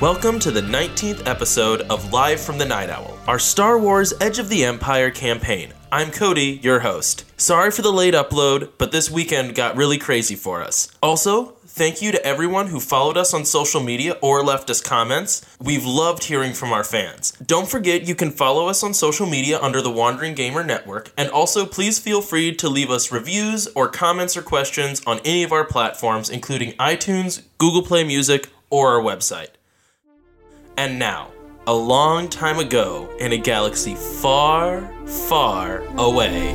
Welcome to the 19th episode of Live from the Night Owl, our Star Wars Edge of the Empire campaign. I'm Cody, your host. Sorry for the late upload, but this weekend got really crazy for us. Also, thank you to everyone who followed us on social media or left us comments. We've loved hearing from our fans. Don't forget you can follow us on social media under the Wandering Gamer Network, and also please feel free to leave us reviews or comments or questions on any of our platforms, including iTunes, Google Play Music, or our website. And now, a long time ago, in a galaxy far, far away.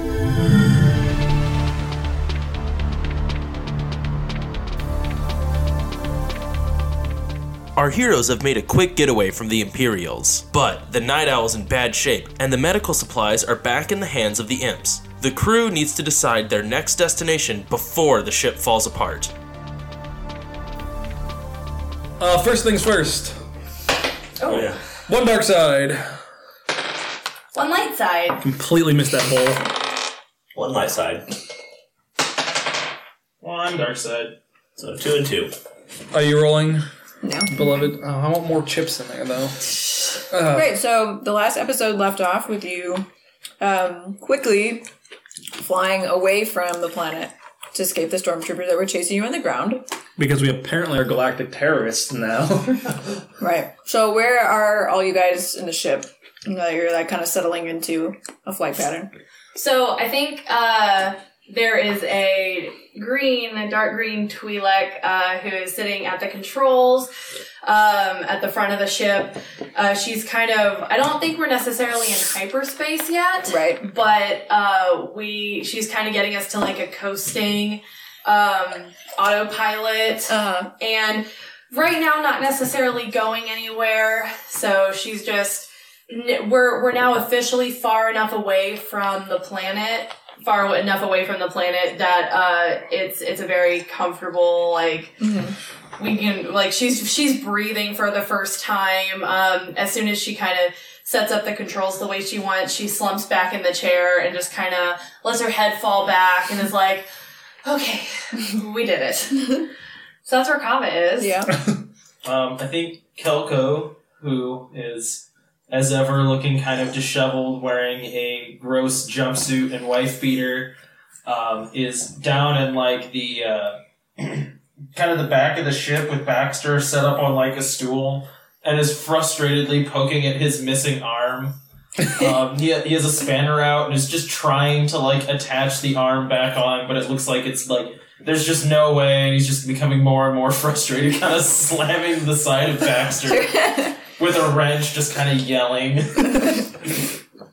Our heroes have made a quick getaway from the Imperials, but the Night Owl's in bad shape, and the medical supplies are back in the hands of the Imps. The crew needs to decide their next destination before the ship falls apart. Uh, first things first. Oh, yeah. One dark side. One light side. Completely missed that hole. One light side. One dark side. So two and two. Are you rolling, No. beloved? Oh, I want more chips in there, though. Right, so the last episode left off with you um, quickly flying away from the planet to escape the stormtroopers that were chasing you on the ground. Because we apparently are galactic terrorists now. Right. So where are all you guys in the ship? You know, you're like kind of settling into a flight pattern. So I think uh, there is a green, a dark green Twi'lek uh, who is sitting at the controls um, at the front of the ship. Uh, she's kind of. I don't think we're necessarily in hyperspace yet, Right. But uh, we. She's kind of getting us to like a coasting um, autopilot, Uh, and right now not necessarily going anywhere. So she's just n- we're we're now officially far enough away from the planet, far enough away from the planet that uh, it's it's a very comfortable like we can like she's she's breathing for the first time. Um, as soon as she kind of sets up the controls the way she wants, she slumps back in the chair and just kind of lets her head fall back and is like, "Okay, we did it." So that's where Kava is. yeah. Um, I think Kelko, who is as ever looking kind of disheveled, wearing a gross jumpsuit and wife beater, um, is down in like the uh, kind of the back of the ship with Baxter set up on like a stool and is frustratedly poking at his missing arm. um, he, he has a spanner out and is just trying to like attach the arm back on, but it looks like it's like there's just no way, and he's just becoming more and more frustrated, kind of slamming the side of Baxter with a wrench, just kind of yelling.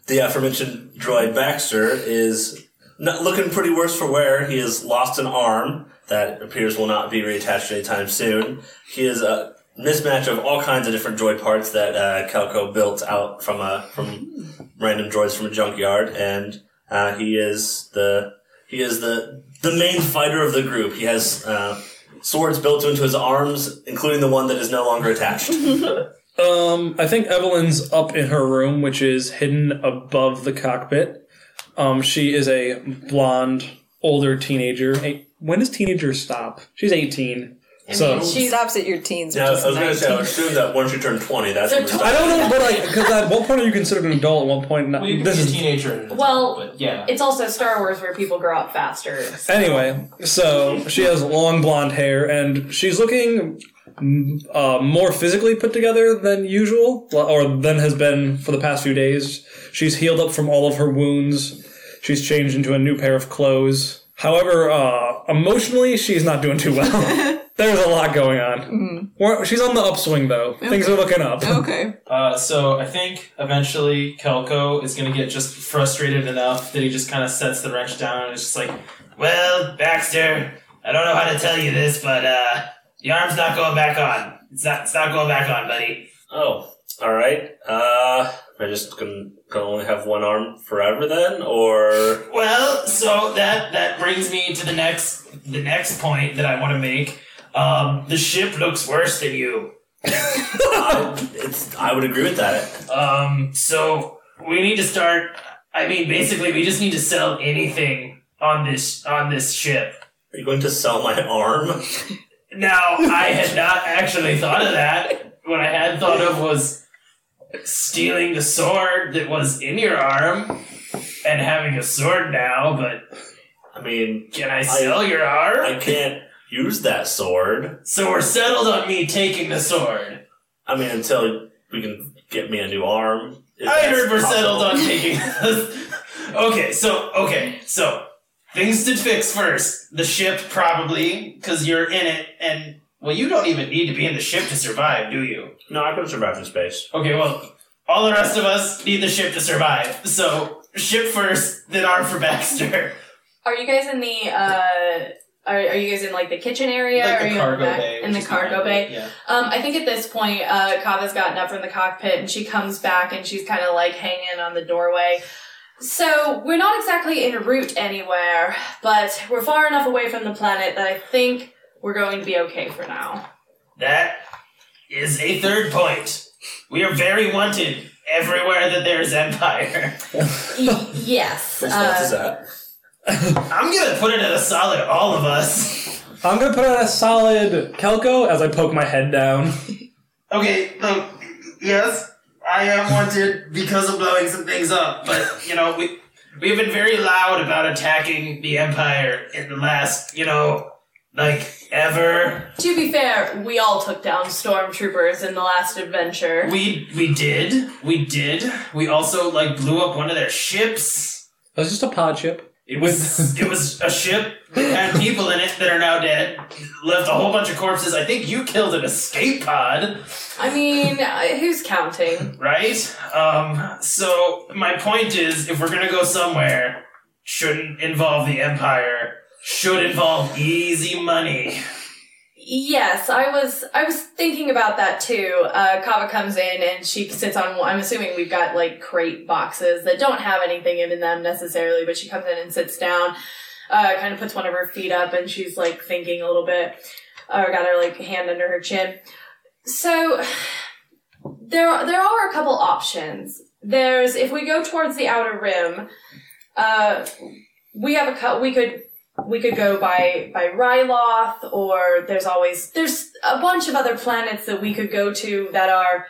The aforementioned droid Baxter is not looking pretty worse for wear. He has lost an arm that appears will not be reattached anytime soon. He is a mismatch of all kinds of different droid parts that uh, Calco built out from a from random droids from a junkyard, and uh, he is the he is the the main fighter of the group. He has. Uh, Swords built into his arms, including the one that is no longer attached. um, I think Evelyn's up in her room, which is hidden above the cockpit. Um, she is a blonde, older teenager. Hey, when does teenagers stop? She's 18. I So- mean, She she's stops at your teens. Yeah, I which was is going to say, uh, I would 19. assume that once you turn 20, that's So when we start. I don't know, but like, because at what point are you considered an adult? At what point? Not, Well, you can this be a is teenager. at a time, Well, but yeah. it's also Star Wars where people grow up faster. Anyway, so she has long blonde hair, and she's looking mm, uh, more physically put together than usual, or than has been for the past few days. She's healed up from all of her wounds. She's changed into a new pair of clothes. However, uh, emotionally, she's not doing too well. There's a lot going on. We're- She's on the upswing, though. Things are looking up. Okay. Uh, so I think eventually Kelko is going to get just frustrated enough that he just kind of sets the wrench down and is just like, "Well, Baxter, I don't know how to tell you this, but uh, the arm's not going back on. It's not. It's not going back on, buddy." Oh, all right. Uh, am I just gonna, gonna only have one arm forever then, or Well, so that that brings me to the next the next point that I want to make. Um, the ship looks worse than you. I, it's, I would agree with that. Um, so we need to start. I mean, basically, we just need to sell anything on this on this ship. Are you going to sell my arm? Now, I had not actually thought of that. what I had thought of was stealing the sword that was in your arm and having a sword now, but I mean, can I sell your arm? I can't use that sword. so we're settled on me taking the sword. I mean, until we can get me a new arm. if I that's heard we're possible. settled on taking the Okay, so, okay, so things to fix first. The ship, probably, because you're in it, and, well, you don't even need to be in the ship to survive, do you? No, I could survive in space. Okay, well, all the rest of us need the ship to survive. So, ship first, then arm for Baxter. Are you guys in the? uh are, are you guys in like the kitchen area? or are you in back- In the cargo bay. Yeah. Um, I think at this point, uh, Kava's gotten up from the cockpit and she comes back and she's kind of like hanging on the doorway. So we're not exactly en route anywhere, but we're far enough away from the planet that I think we're going to be okay for now. That is a third point. We are very wanted everywhere that there is empire. Y- yes. Which left uh, is that? I'm gonna put it at a solid all of us. I'm gonna put on a solid Kelko as I poke my head down. Okay, look, yes, I am wanted because of blowing some things up, but, you know, we. We have been very loud about attacking the Empire in the last, you know, like ever. to be fair, we all took down stormtroopers in the last adventure. We we did. We did. We also like blew up one of their ships. That's just a pod ship. It was it was a ship that had people in it that are now dead. Left a whole bunch of corpses. I think you killed an escape pod, I mean, uh, who's counting? right? Um so my point is if we're going to go somewhere, shouldn't involve the empire. Should involve easy money. Yes, I was I was thinking about that too. Uh, Kava comes in and she sits on. I'm assuming we've got like crate boxes that don't have anything in them necessarily, but she comes in and sits down, uh, kind of puts one of her feet up, and she's like thinking a little bit, or got her like hand under her chin. So there there are a couple options. There's if we go towards the outer rim, uh, we have a cut. We could we could go by by Ryloth, or there's always there's a bunch of other planets that we could go to that are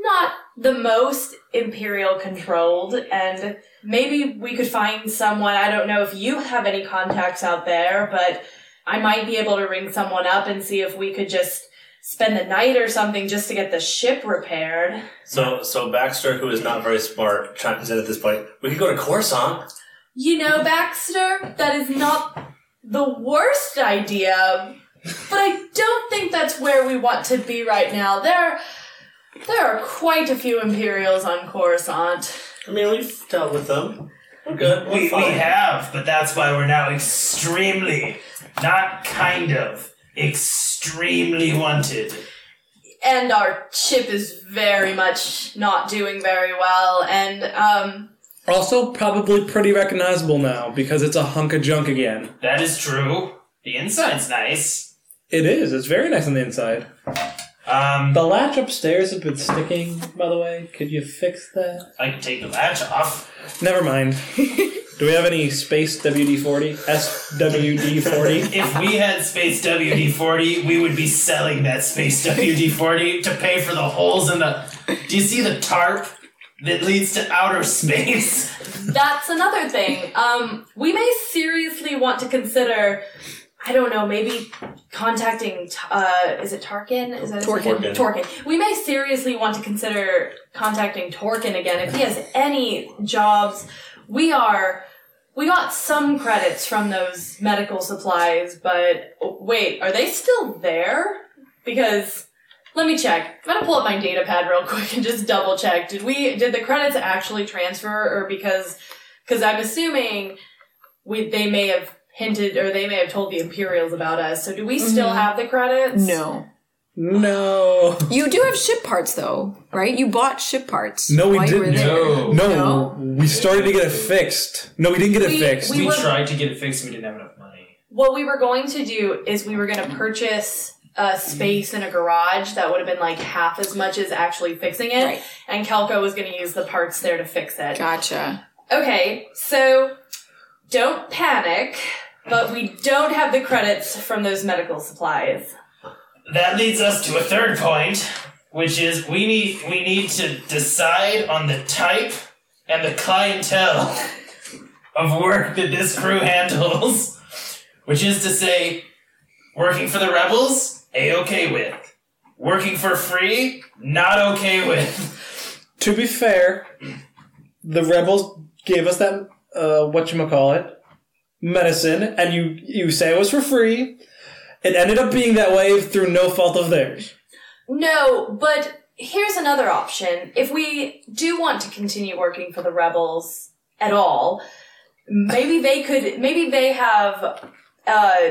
not the most imperial controlled, and maybe we could find someone. I don't know if you have any contacts out there, but I might be able to ring someone up and see if we could just spend the night or something just to get the ship repaired. So, so Baxter, who is not very smart, chimes in at this point. We could go to Coruscant. You know, Baxter, that is not the worst idea, but I don't think that's where we want to be right now. There, there are quite a few Imperials on Coruscant. I mean, we've dealt with them. We're good. We're We, we fine. have, but that's why we're now extremely, not kind of, extremely wanted. And our ship is very much not doing very well, and, um, Also, probably pretty recognizable now because it's a hunk of junk again. That is true. The inside's nice. It is. It's very nice on the inside. Um, The latch upstairs has been sticking, by the way. Could you fix that? I can take the latch off. Never mind. Do we have any space WD 40? SWD 40? If we had Space WD 40, we would be selling that Space WD 40 to pay for the holes in the. Do you see the tarp that leads to outer space? that's another thing. Um, we may seriously want to consider, I don't know, maybe contacting, T- uh, is it Tarkin? Is that his name? Torkin. Torkin. We may seriously want to consider contacting Torkin again if he has any jobs. We are. We got some credits from those medical supplies, but oh, wait, are they still there? Because let me check. I'm gonna pull up my data pad real quick and just double check. Did we did the credits actually transfer, or because because I'm assuming we they may have hinted or they may have told the Imperials about us. So do we still Mhm. have the credits? No. No. You do have ship parts though, right? You bought ship parts. No, we while you were didn't. there. No, we started to get it fixed. No, we didn't get it We- fixed. we- were- tried to get it fixed, we didn't have enough money. what we were going to do is we were going to purchase a space in a garage that would have been like half as much as actually fixing it Right. and kelko was going to use the parts there to fix it Gotcha. okay so don't panic but we don't have the credits from those medical supplies That leads us to a third point. which is we need we need to decide on the type and the clientele of work that this crew handles, which is to say, working for the rebels, a okay with. Working for free, not okay with. To be fair, the rebels gave us that uh, what you call it medicine, and you you say it was for free. It ended up being that way through no fault of theirs. No, but here's another option. If we do want to continue working for the rebels at all, maybe they could, maybe they have uh,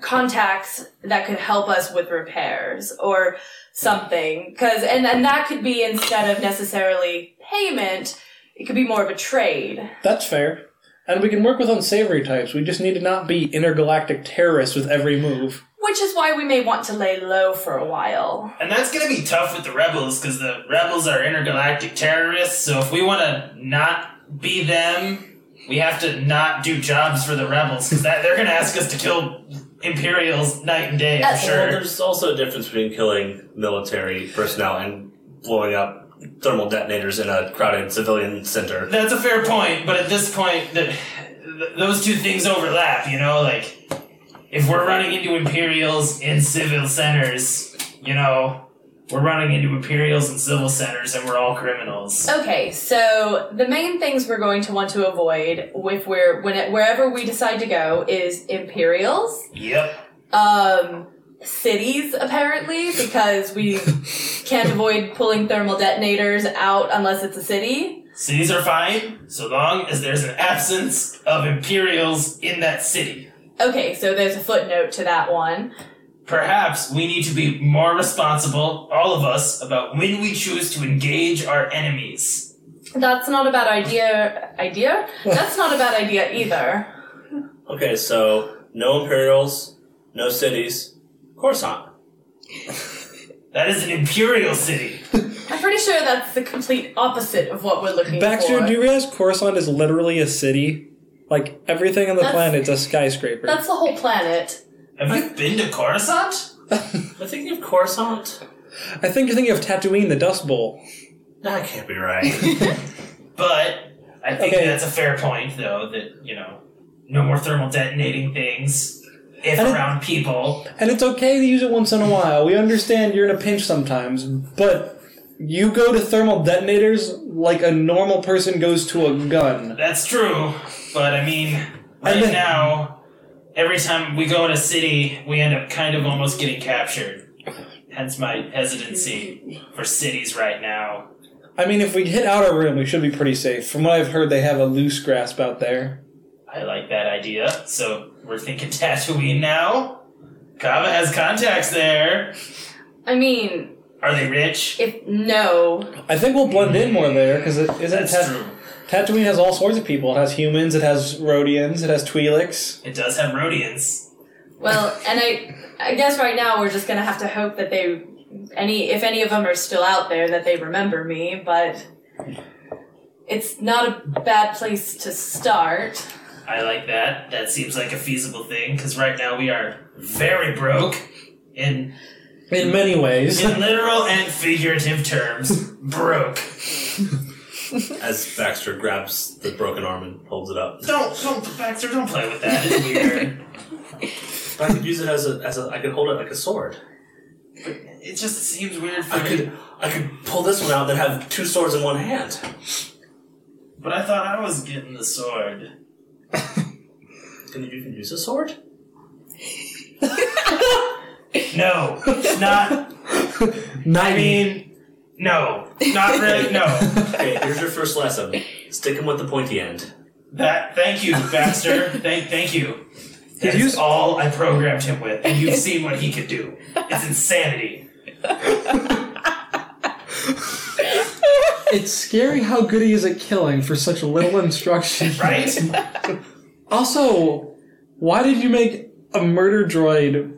contacts that could help us with repairs or something. Because, and, and that could be instead of necessarily payment, it could be more of a trade. That's fair. And we can work with unsavory types. We just need to not be intergalactic terrorists with every move. Which is why we may want to lay low for a while. And that's gonna be tough with the rebels, because the rebels are intergalactic terrorists, so if we wanna not be them, we have to not do jobs for the rebels, because they're gonna ask us to kill Imperials night and day, I'm Uh, Well, sure. there's also a difference between killing military personnel and blowing up thermal detonators in a crowded civilian center. That's a fair point, but at this point, th- th- those two things overlap, you know? Like, if we're running into Imperials in civil centers, you know, we're running into Imperials in civil centers and we're all criminals. Uh, Okay, so the main things we're going to want to avoid if we're when it, wherever we decide to go is Imperials, Yep. um, cities apparently because we can't avoid pulling thermal detonators out unless it's a city. Cities are fine, so long as there's an absence of Imperials in that city. Okay, so there's a footnote to that one. Perhaps we need to be more responsible, all of us, about when we choose to engage our enemies. That's not a bad idea. Idea? That's not a bad idea either. Okay, so no Imperials, no cities, Coruscant. That is an Imperial city. I'm pretty sure that's the complete opposite of what we're looking for. Baxter, do you realize Coruscant is literally a city? Like everything on the That's- planet's a skyscraper. that's the whole planet. Have you been to Coruscant? I think you have Coruscant. I think you're thinking of Tatooine, the Dust Bowl. That can't be right. But I think Okay. that's a fair point, though, that, you know, no more thermal detonating things if And it- around people. And it's okay to use it once in a while. We understand you're in a pinch sometimes, but you go to thermal detonators like a normal person goes to a gun. That's true, but I mean, right then- now, every time we go in a city, we end up kind of almost getting captured. Hence my hesitancy for cities right now. I mean, if we hit outer rim, we should be pretty safe. From what I've heard, they have a loose grasp out there. I like that idea, so we're thinking Tatooine now. Kava has contacts there. I mean, Are they rich? If no, I think we'll blend in more there because it isn't. That's Tat- true. Tatooine has all sorts of people. It has humans. It has Rhodians. It has Twi'leks. It does have Rhodians. well, and I, I guess right now we're just gonna have to hope that they, any if any of them are still out there, that they remember me. But it's not a bad place to start. I like that. That seems like a feasible thing because right now we are very broke in In many ways, in literal and figurative terms. Broke. As Baxter grabs the broken arm and holds it up. Don't don't Baxter. Don't play with that. It's weird. But I could use it as a, as a I could hold it like a sword. It just seems weird for I me. could I could pull this one out and have two swords in one hand. But I thought I was getting the sword. Can you, you can use a sword? No, not. not I mean, no, not really. No. Okay, here's your first lesson. Stick him with the pointy end. That. Thank you, Baxter. Thank thank you. That's used- all I programmed him with, and you've seen what he could do. It's insanity. It's scary how good he is at killing for such little instruction. Right? Also, why did you make a murder droid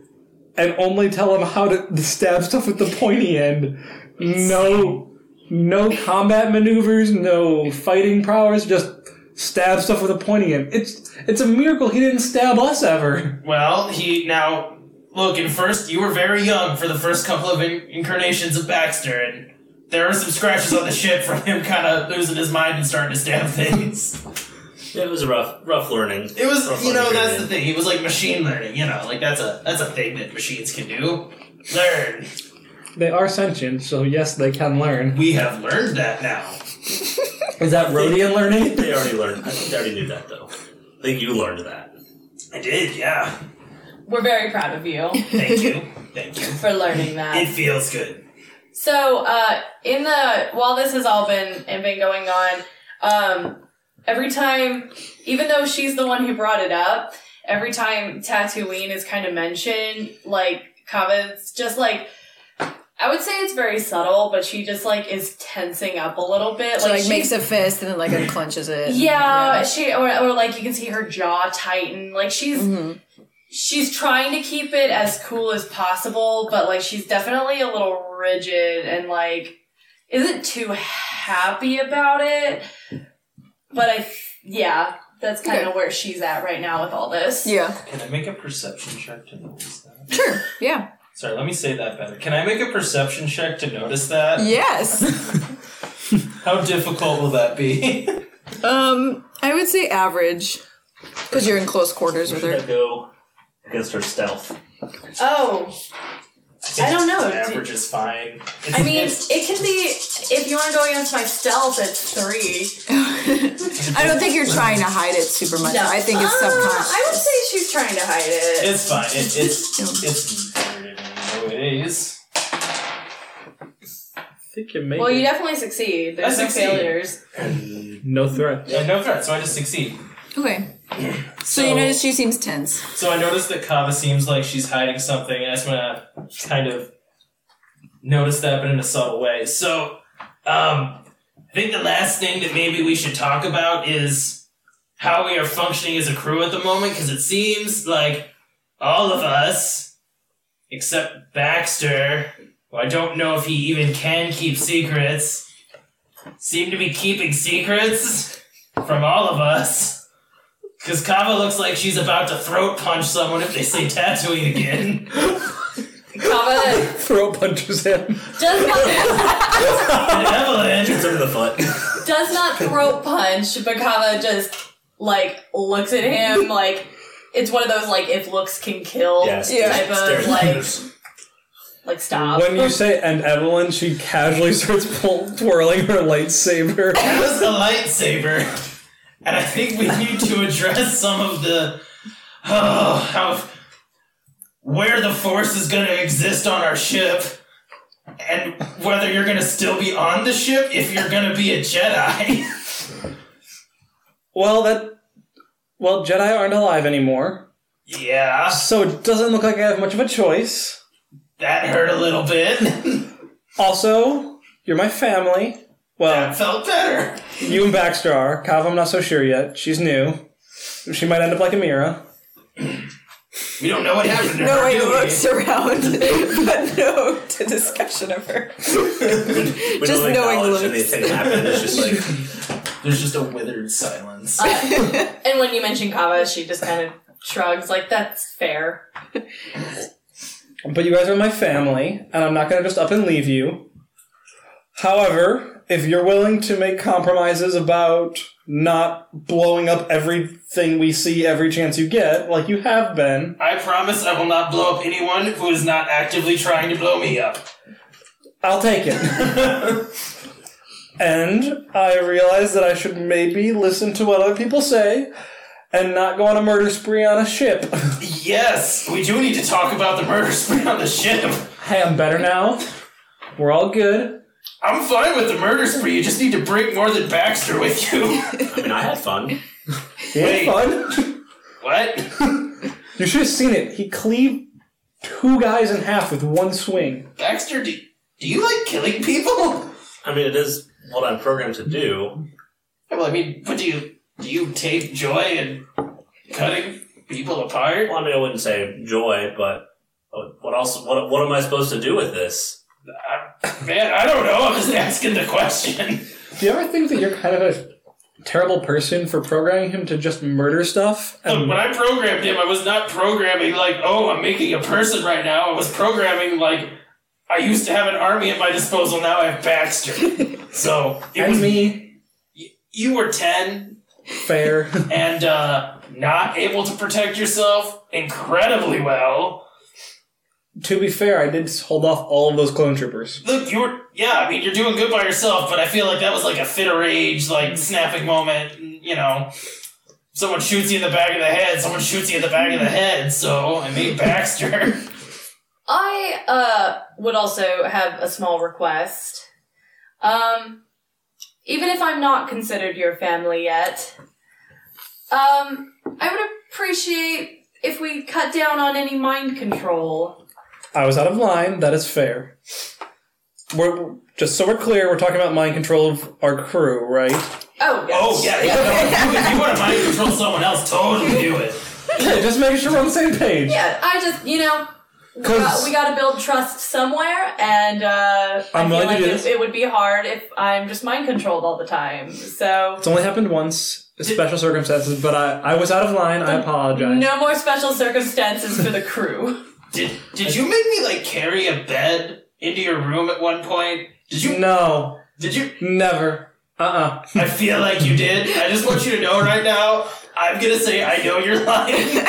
and only tell him how to stab stuff with the pointy end? No, no combat maneuvers, no fighting prowess, just stab stuff with a pointy end. It's it's a miracle he didn't stab us ever. Well, he now look, at first, you were very young for the first couple of in- incarnations of Baxter, and there are some scratches on the ship from him kind of losing his mind and starting to stab things. It was a rough, rough learning. It was, rough you know, learning that's the period. thing. He was like machine learning, you know, like that's a that's a thing that machines can do. Learn. They are sentient, so yes, they can learn. We have learned that now. Is that Rhodian learning? They already learned. I think they already knew that though. I think you learned that. I did, yeah. We're very proud of you Thank you, thank you. for learning It that. feels good. So, uh, in the while this has all been and been going on, um, every time, even though she's the one who brought it up, every time Tatooine is kind of mentioned, like Kava's just like. I would say it's very subtle, but she just like is tensing up a little bit. She like, she- makes a fist and then like unclenches it. Yeah, she or, or like you can see her jaw tighten. Like she's Mm-hmm. she's trying to keep it as cool as possible, but like she's definitely a little rigid and like isn't too happy about it. But I yeah, that's kind of Okay. where she's at right now with all this. Yeah. Can I make a perception check to notice that? Sure. Yeah. Sorry, let me say that better. Can I make a perception check to notice that? Yes. How difficult will that be? Um, I would say average because you're in close quarters with Should her. I go against her stealth? Oh, I don't know. Average is fine. I mean, it can be if you want to go against my stealth, it's three. I don't think you're trying to hide it super much. I think it's Uh, subconscious. I would say she's trying to hide it. It's fine. It, it's it's weird in many ways. I think you made Well, you definitely succeed. There's I no succeed. failures. no threat. I have no threat, so I just succeed. Okay. So, you So- notice she seems tense. So I notice that Kava seems like she's hiding something, and I just want to kind of notice that, but in a subtle way. So, um, I think the last thing that maybe we should talk about is how we are functioning as a crew at the moment, because it seems like all of us, except Baxter, who I don't know if he even can keep secrets, seem to be keeping secrets from all of us. Because Kava looks like she's about to throat punch someone if they say tattooing again. Kava Throat punches him. does not and Evelyn, It's under the foot. does not throat punch, but Kava just like looks at him like it's one of those like if looks can kill Yes. Yeah. type of like like stop. When you say and Evelyn, she casually starts pull, twirling her lightsaber. that was the lightsaber. And I think we need to address some of the. Oh, how. Where the force is going to exist on our ship. And whether you're going to still be on the ship if you're going to be a Jedi. Well, that. Well, Jedi aren't alive anymore, yeah, so it doesn't look like I have much of a choice. that hurt a little bit. Also, you're my family. Well, That felt better. you and Baxter are. Kav, I'm not so sure yet. She's new. She might end up like Amira. We don't know what happened to her. No way do we? looks around, but no to discussion of her. We Just don't knowing acknowledge looks. anything happened. It's just like There's just a withered silence. and when you mention Kava, she just kind of shrugs like that's fair. But you guys are my family, and I'm not going to just up and leave you. However, if you're willing to make compromises about not blowing up everything we see every chance you get, like you have been, I promise I will not blow up anyone who is not actively trying to blow me up. I'll take it. and I realize that I should maybe listen to what other people say and not go on a murder spree on a ship. Yes, we do need to talk about the murder spree on the ship. hey, I'm better now. We're all good. I'm fine with the murder spree. You just need to bring more than Baxter with you. I mean, I had fun. It Wait, was fun. what? You should have seen it. He cleaved two guys in half with one swing. Baxter, do, do you like killing people? I mean, it is what I'm programmed to do. Well, I mean, but do you do you take joy in cutting people apart? Well, I mean, I wouldn't say joy, but what else? What what am I supposed to do with this? Man, I don't know. I'm just asking the question. Do you ever think that you're kind of a terrible person for programming him to just murder stuff. Look, And when I programmed him, I was not programming like, oh, I'm making a person right now. I was programming like, I used to have an army at my disposal. Now I have Baxter. so it and was, me, you were ten fair. and uh, not able to protect yourself incredibly well. to be fair, I did hold off all of those clone troopers. Look, you were yeah. I mean, you're doing good by yourself, but I feel like that was like a fit or rage, like snapping moment. You know. Someone shoots you in the back of the head. Someone shoots you in the back of the head. So I made Baxter. I uh, would also have a small request. Um, even if I'm not considered your family yet, um, I would appreciate if we cut down on any mind control. I was out of line. That is fair. We're just so we're clear. We're talking about mind control of our crew, right? Oh, yes. Oh yeah, yeah. No, if you want to mind control someone else, totally do it. Yeah, just making sure we're on the same page. Yeah, I just, you know, uh, we 'Cause- got, we got to build trust somewhere, and uh, I I'm feel willing to like do it, this. it would be hard if I'm just mind controlled all the time. So, It's only happened once, special circumstances. But I, I was out of line. I apologize. no more special circumstances for the crew. Did did you make me like carry a bed into your room at one point? Did you? no, Did you? never. Uh uh I feel like you did. I just want you to know right now. I'm gonna say I know you're lying.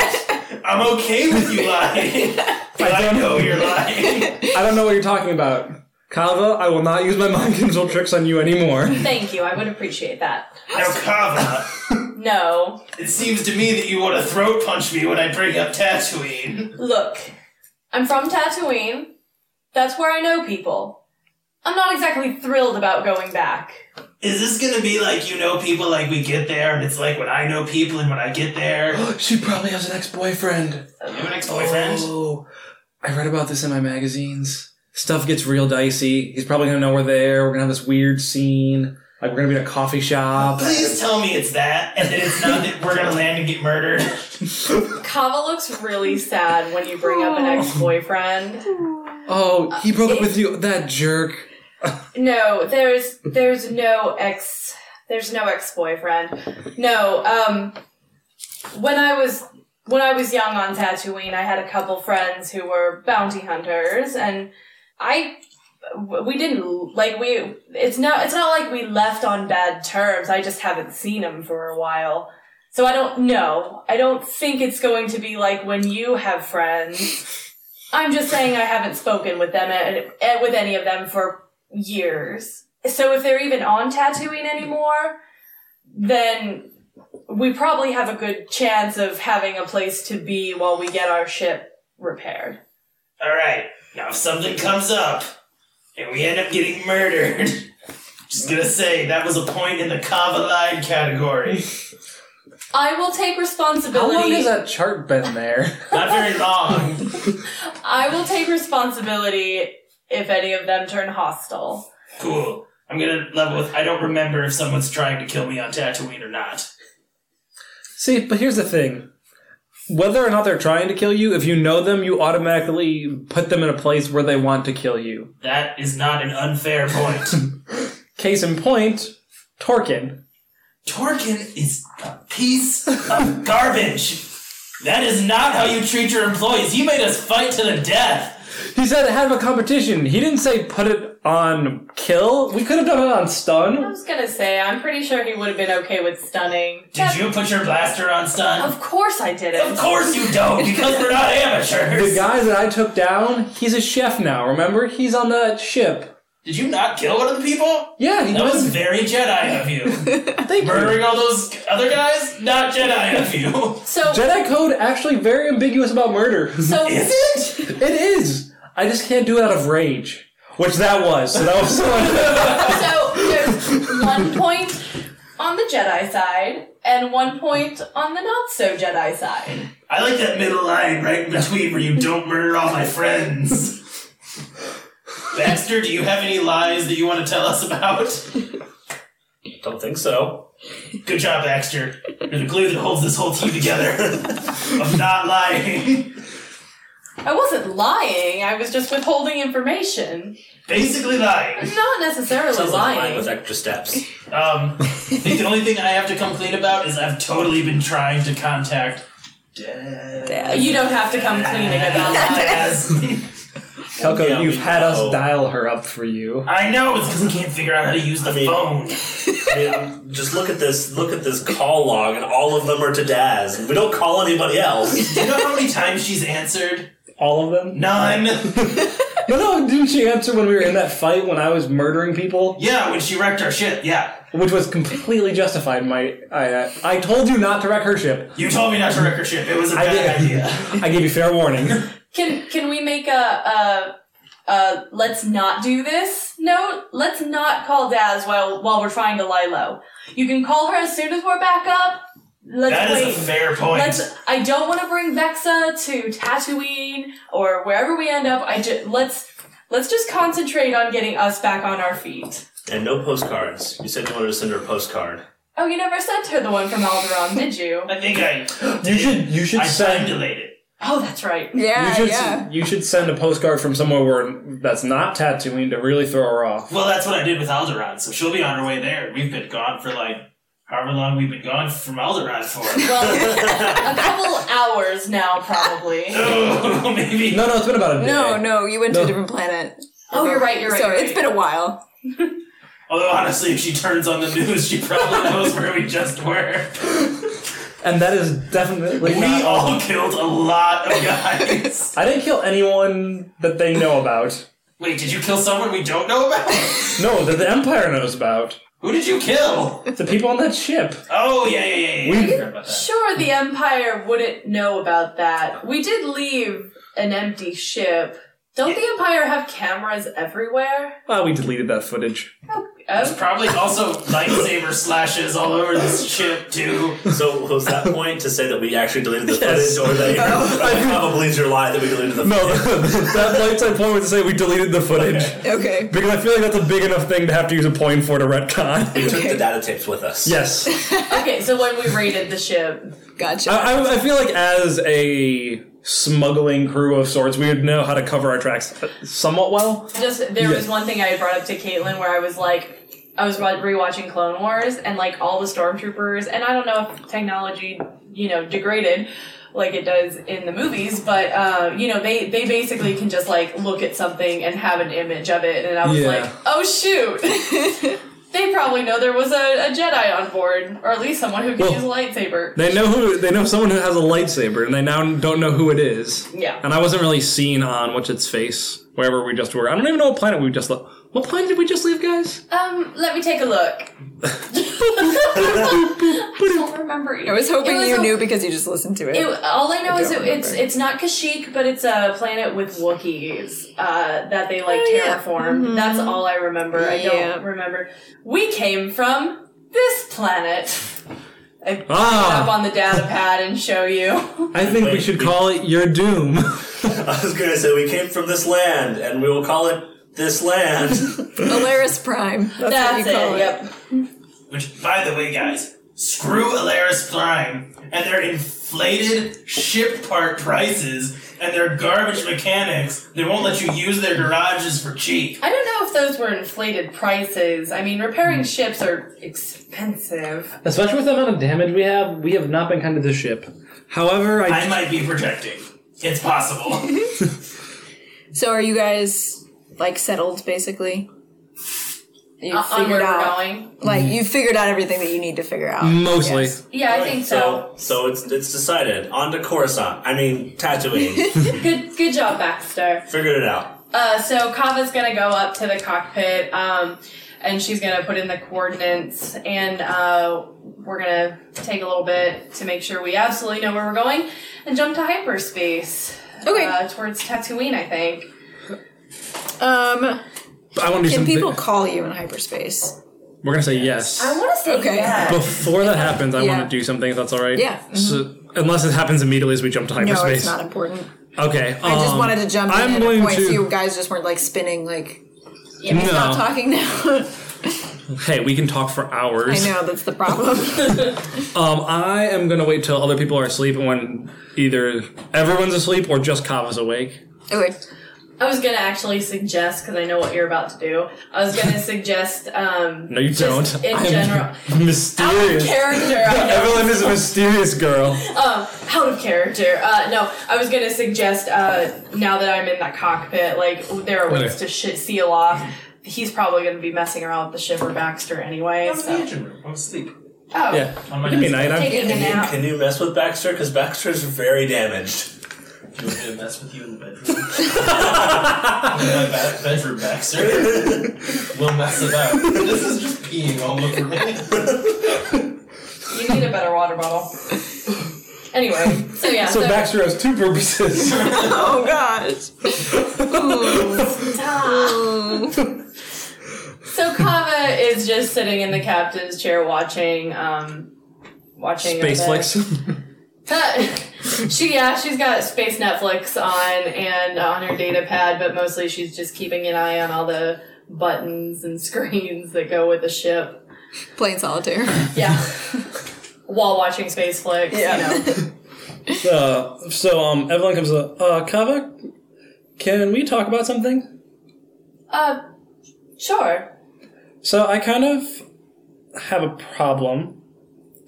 I'm okay with you lying. But I know you're lying. I don't know what you're talking about. Kava, I will not use my mind control tricks on you anymore. Thank you, I would appreciate that. Now, Kava, No, it seems to me that you want to throat punch me when I bring up Tatooine. look, I'm from Tatooine. That's where I know people. I'm not exactly thrilled about going back. Is this gonna be like you know people like we get there, and it's like when I know people and when I get there, you she probably has an ex boyfriend. have an ex-boyfriend. Oh, I read about this in my magazines. Stuff gets real dicey. He's probably gonna know we're there. We're gonna have this weird scene. Like we're gonna be in a coffee shop. Please tell me it's that, and that it's not that we're gonna land and get murdered. Kava looks really sad when you bring up an ex boyfriend. Oh, he broke up with you. That jerk. No, there's there's no ex there's no ex boyfriend. No, um when I was when I was young on Tatooine, I had a couple friends who were bounty hunters and I we didn't like we it's not it's not like we left on bad terms. I just haven't seen them for a while. So I don't know. I don't think it's going to be like when you have friends. I'm just saying I haven't spoken with them and with any of them for years. So if they're even on tattooing anymore, then we probably have a good chance of having a place to be while we get our ship repaired. All right, now if something comes up and we end up getting murdered, just gonna say that was a point in the Kava line category. I will take How long responsibility. has that chart been there? Not very long. I will take responsibility if any of them turn hostile. Cool. I'm gonna level with. I don't remember if someone's trying to kill me on Tatooine or not. See, but here's the thing. Whether or not they're trying to kill you, if you know them, you automatically put them in a place where they want to kill you. That is not an unfair point. Case in point, Torkin. Torkin is a piece of garbage. That is not how you treat your employees. You made us fight to the death. He said have a competition. He didn't say put it on kill. We could have done it on I stun. was gonna say, I'm pretty sure he would have been okay with stunning. Did you put your blaster on stun? Of course I Of didn't. course you don't, because we're not The amateurs. guy that I took down, he's a chef now, remember? He's on that ship. Did you not kill one of the people? Yeah, he That was was. very Jedi of you. Thank you. Murdering all those other guys? Not Jedi of you. So, Jedi Code actually very ambiguous about murder. so Is it? it is. I just can't do it out of rage. Which that was. So that was So there's one point on the Jedi side and one point on the not so Jedi side. I like that middle line right in between where you don't murder all my friends. Baxter, do you have any lies that you want to tell us about? Don't think so. Good job, Baxter. You're the glue that holds this whole team together. I'm not lying. I wasn't lying. I was just withholding information. Basically lying. I'm not necessarily Sounds like lying. lying with extra steps. Um, I think the only thing I have to come clean about is I've totally been trying to contact. Dad. you don't have to come cleaning about that. Kelko, Yeah, you've we had know. us dial her up for you. I know it's because I can't figure out how to use the I mean- phone. I mean, just look at this. Look at this call log, and all of them are to Daz. We don't call anybody else. Do you know how many times she's answered? All of them? None. No, no, didn't she answer when we were in that fight when I was murdering people? Yeah, when she wrecked our shit. Yeah, Which was completely justified. My, I, I, I told you not to wreck her ship. you told me not to wreck her ship. It was a I bad did. idea. I gave you fair warning. Can can we make a a, a let's not do this note? Let's not call Daz while while we're trying to lie low. You can call her as soon as we're back up. Let's That wait. is a fair point. Let's. I don't want to bring Vexa to Tatooine or wherever we end up. I just let's let's just concentrate on getting us back on our feet. and no postcards. You said you wanted to send her a postcard. Oh, you never sent her the one from Alderaan, did you? I think I. You should, you should I send. simulated. it. Oh, that's right. You Yeah, should, yeah. you should send a postcard from somewhere where that's not Tatooine to really throw her off. Well, that's what I did with Alderaan, so she'll be on her way there. We've been gone for like however long we've been gone from Alderaan for. Well, a couple hours now, probably. oh, maybe. No, no, it's been about a day. No, no, you went to a No. different planet. Oh, you're right. You're right. So you're it's right. been a while. Although honestly, if she turns on the news, she probably knows where we just were. And that is definitely We not all. all killed a lot of guys. I didn't kill anyone that they know about. Wait, did you kill someone we don't know about? No, that the Empire knows about. Who did you kill? The people on that ship. Oh yeah, yeah, yeah. yeah. We- I forgot about that. Sure, the Empire wouldn't know about that. We did leave an empty ship. Don't the Empire have cameras everywhere? Well, we deleted that footage. Oh, There's probably also lightsaber slashes all over this ship too. So was that point to say that we actually deleted the Yes. footage, or that you probably is your lie that we deleted the No, footage? that lightside point was to say we deleted the footage. Okay. Because I feel like that's a big enough thing to have to use a point for to retcon. We took the data tapes with us. yes. Okay, so when we raided the ship, Gotcha. I, I, I feel like as a smuggling crew of sorts, we would know how to cover our tracks somewhat well. just there was one thing I had brought up to Caitlin where I was like, I was wa- rewatching Clone Wars and like all the stormtroopers, and I don't know if technology, you know, degraded like it does in the movies, but uh, you know, they they basically can just like look at something and have an image of it, and I was Yeah. like, oh shoot. They probably know there was a, a Jedi on board, or at least someone who could Well- use a lightsaber. They know who they know someone who has a lightsaber, and they now don't know who it is. Yeah. And I wasn't really seen on what's its face wherever we just were. I don't even know what planet we just left. What planet did we just leave, guys? Um, let me take a look. I don't remember. I was hoping It was you a- knew because you just listened to it. It, all I know I is don't it, it's remember. it's not Kashyyyk, but it's a planet with Wookiees uh, that they like Oh, yeah. terraform. That's all I remember. I Yeah. don't remember. We came from this planet. I can Ah. up on the data pad and show you. I think we Wait, should we- call it your doom. I was gonna say we came from this land, and we will call it this land. Alaris Prime. That's, That's, what you call it. it. Yep. Which, by the way, guys, screw Alaris Prime and their inflated ship part prices and their garbage mechanics. They won't let you use their garages for cheap. I don't know if those were inflated prices. I mean, repairing ships are expensive. Especially with the amount of damage we have, we have not been kind to the ship. However, I, I might be projecting. It's possible. So are you guys like settled basically? You Uh, on where figured we're out going. like you figured out everything that you need to figure out. mostly. Yes. Yeah, I think so. so so it's it's decided. On to Coruscant. I mean Tatooine. Good good job, Baxter. Figured it out. Uh, so Kava's gonna go up to the cockpit, um, and she's gonna put in the coordinates, and uh, we're gonna take a little bit to make sure we absolutely know where we're going, and jump to hyperspace. Okay. Uh, towards Tatooine, I think. Um But I want to do can something. people call you in hyperspace? We're gonna say yes. I want to say Okay. yes. Before that happens, I Yeah. want to do something. If that's all right. Yeah. Mm-hmm. So, unless it happens immediately as we jump to hyperspace. No, it's not important. Okay. I just wanted to jump in Um, I'm at a going point to- so you guys just weren't like spinning like Yeah. No. stop talking now. Hey, we can talk for I hours. know that's the problem. Um, I am gonna wait till other people are asleep, and when either everyone's asleep or just Kava's awake. okay. I was gonna actually suggest because I know what you're about to do. I was gonna suggest. Um, No, you just don't. In I'm general, out of Mysterious. character. I know. Evelyn is a mysterious girl. Um, out of character. Uh, no, I was gonna suggest. Uh, now that I'm in that cockpit, like there are ways Okay. to sh- seal off. He's probably gonna be messing around with the ship or Baxter anyway. I'm in the So. engine room. I'm asleep. Oh, Yeah, On my give me a desk. night. I'm, taking a nap. Can you mess with Baxter? Because Baxter's very damaged. Do you want me to mess with you in the bedroom? my ba- bedroom, Baxter. we'll mess about. This is just peeing all over me. You need a better water bottle. Anyway, so yeah. so Baxter has two purposes. Oh gosh. So Kava is just sitting in the captain's chair watching, um, watching Space the- flicks. she yeah, she's got space Netflix on and uh, on her data pad, but mostly she's just keeping an eye on all the buttons and screens that go with the ship. Playing solitaire. Yeah. While watching space flicks, you know. Uh, so um, Evelyn comes up. Uh, Kava, can we talk about something? Uh, sure. So I kind of have a problem,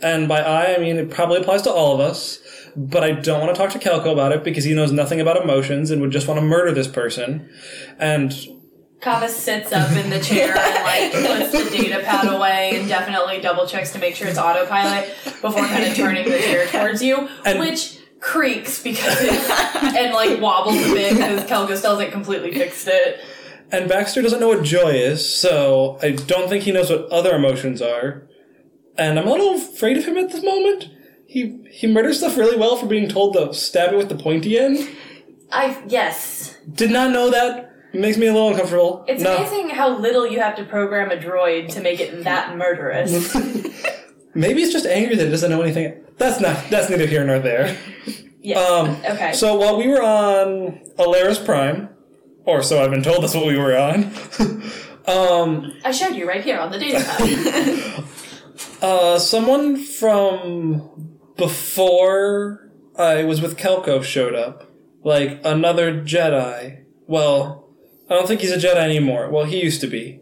and by I I mean it probably applies to all of us. But I don't want to talk to Kelko about it because he knows nothing about emotions and would just want to murder this person. And Kava sits up in the chair and like puts the data pad away and definitely double checks to make sure it's autopilot before kind of turning the chair towards you, which creaks because it, and like wobbles a bit because Kelgo still hasn't completely fixed it. and Baxter doesn't know what joy is, so I don't think he knows what other emotions are. And I'm a little afraid of him at this moment. He he murders stuff really well for being told to stab it with the pointy end. I yes, Did not know that. Makes me a little uncomfortable. it's no, amazing how little you have to program a droid to make it that murderous. Um, maybe it's just angry that it doesn't know anything. That's not. That's neither here nor there. Yes. Um, okay. So while we were on Alaris Prime, or so I've been told, that's what we were on. I showed you right here on the data pad. Uh, someone from before I was with Kelko showed up, like another Jedi. Well, I don't think he's a Jedi anymore. Well, he used to be,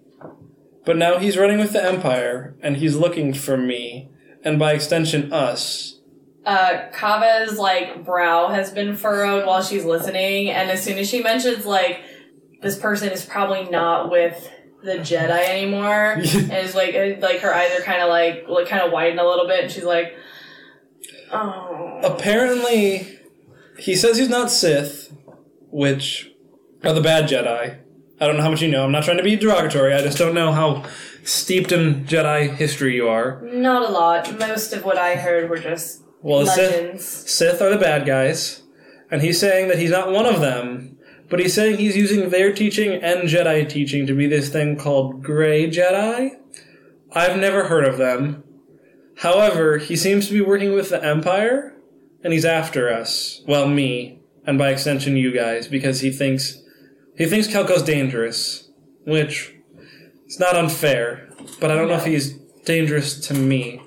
but now he's running with the Empire, and he's looking for me, and by extension, us. uh, Kava's like brow has been furrowed while she's listening, and as soon as she mentions like this person is probably not with the Jedi anymore, and it's like it- like her eyes are kind of like like kind of widen a little bit, and she's like, oh, apparently he says he's not Sith, which are the bad Jedi. I don't know how much you know. I'm not trying to be derogatory. I just don't know how steeped in Jedi history you are. not a lot. Most of what I heard were just Well, the Sith, legends. Sith are the bad guys, and he's saying that he's not one of them, but he's saying he's using their teaching and Jedi teaching to be this thing called Grey Jedi. I've never heard of them. However, he seems to be working with the Empire, and he's after us. Well, me, and by extension, you guys, because he thinks he thinks Kelko's dangerous, which is not unfair. But I don't know if he's dangerous to me.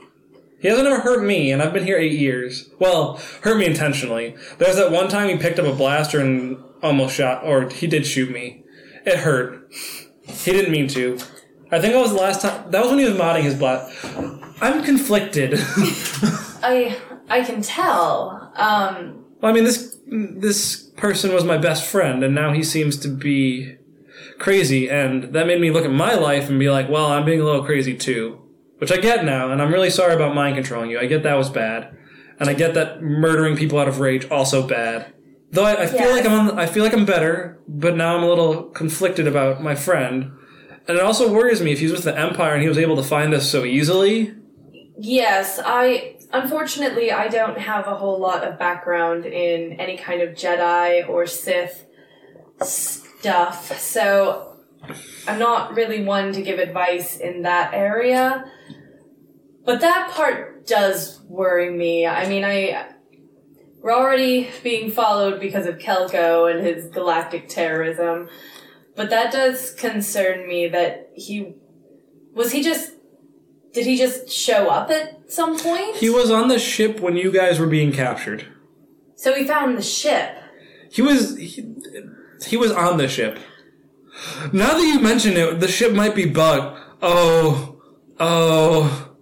He hasn't ever hurt me, and I've been here eight years. Well, hurt me intentionally. There's that one time he picked up a blaster and almost shot, or he did shoot me. It hurt. He didn't mean to. I think that was the last time. That was when he was modding his blaster. I'm conflicted. I I can tell. Um, I mean, this this person was my best friend, and now he seems to be crazy, and that made me look at my life and be like, well, I'm being a little crazy too, which I get now, and I'm really sorry about mind controlling you. I get that was bad, and I get that murdering people out of rage also bad. Though I, I feel Yeah. like I'm on, I feel like I'm better, but now I'm a little conflicted about my friend, and it also worries me if he's with the Empire and he was able to find us so easily. Yes, I unfortunately I don't have a whole lot of background in any kind of Jedi or Sith stuff. So I'm not really one to give advice in that area. But that part does worry me. I mean, I we're already being followed because of Kelko and his galactic terrorism. But that does concern me that he Was he just? Did he just show up at some point? He was on the ship when you guys were being captured. so he found the ship. He was he, he was on the ship. Now that you mention it, the ship might be bugged. Oh, oh,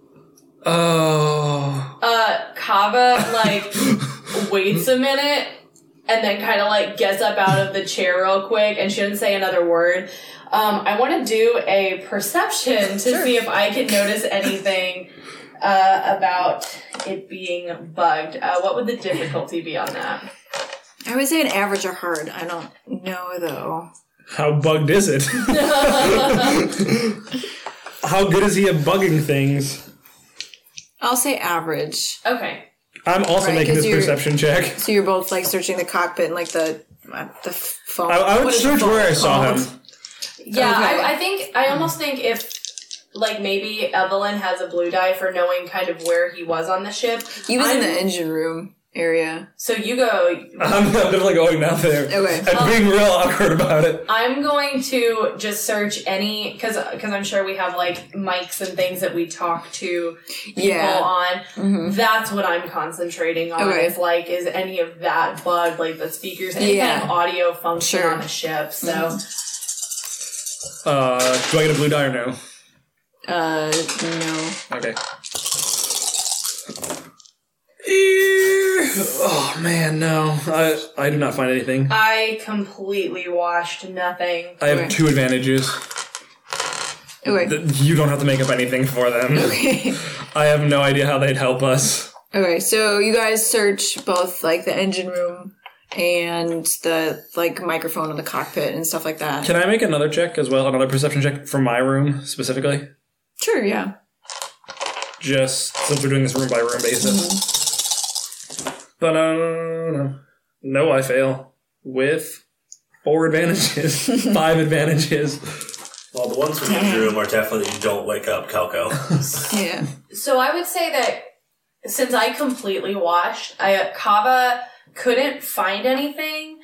oh. Uh, Kava like waits a minute and then kind of like gets up out of the chair real quick, and she doesn't say another word. Um, I want to do a perception to see if I can notice anything uh, about it being bugged. Uh, what would the difficulty be on that? I would say an average or hard. I don't know though. How bugged is it? How good is he at bugging things? I'll say average. Okay. I'm also Right, making 'cause this you're- perception check. So you're both like searching the cockpit and like the uh, the phone. I, I would What is the search phone where I saw called? him. Yeah, Okay. I, I think I almost think if like maybe Evelyn has a blue die for knowing kind of where he was on the ship. He was in I'm- the engine room area. So you go. I'm, I'm definitely going down there. Okay. I'm being real awkward about it. I'm going to just search any because because I'm sure we have like mics and things that we talk to people Yeah. Mm-hmm. on. That's what I'm concentrating on. Okay. Is like is any of that bugged like the speakers any kind Yeah. of audio function Sure. on Mm-hmm. the ship. So Uh, do I get a blue die or no? Uh, no. Okay. Oh man, no. I I do not find anything. I completely washed nothing. I have Okay. two advantages. Okay. Th- You don't have to make up anything for them. Okay. I have no idea how they'd help us. okay. So you guys search both like the engine room and the like microphone in the cockpit and stuff like that. Can I make another check as well? Another perception check for my room specifically? sure. Yeah. Just since we're doing this room by room basis. But no, no, no, I fail with four advantages, five advantages. Well, the ones from the room are definitely that you don't wake up, Kelko. Yeah. So I would say that since I completely washed, I Kava couldn't find anything,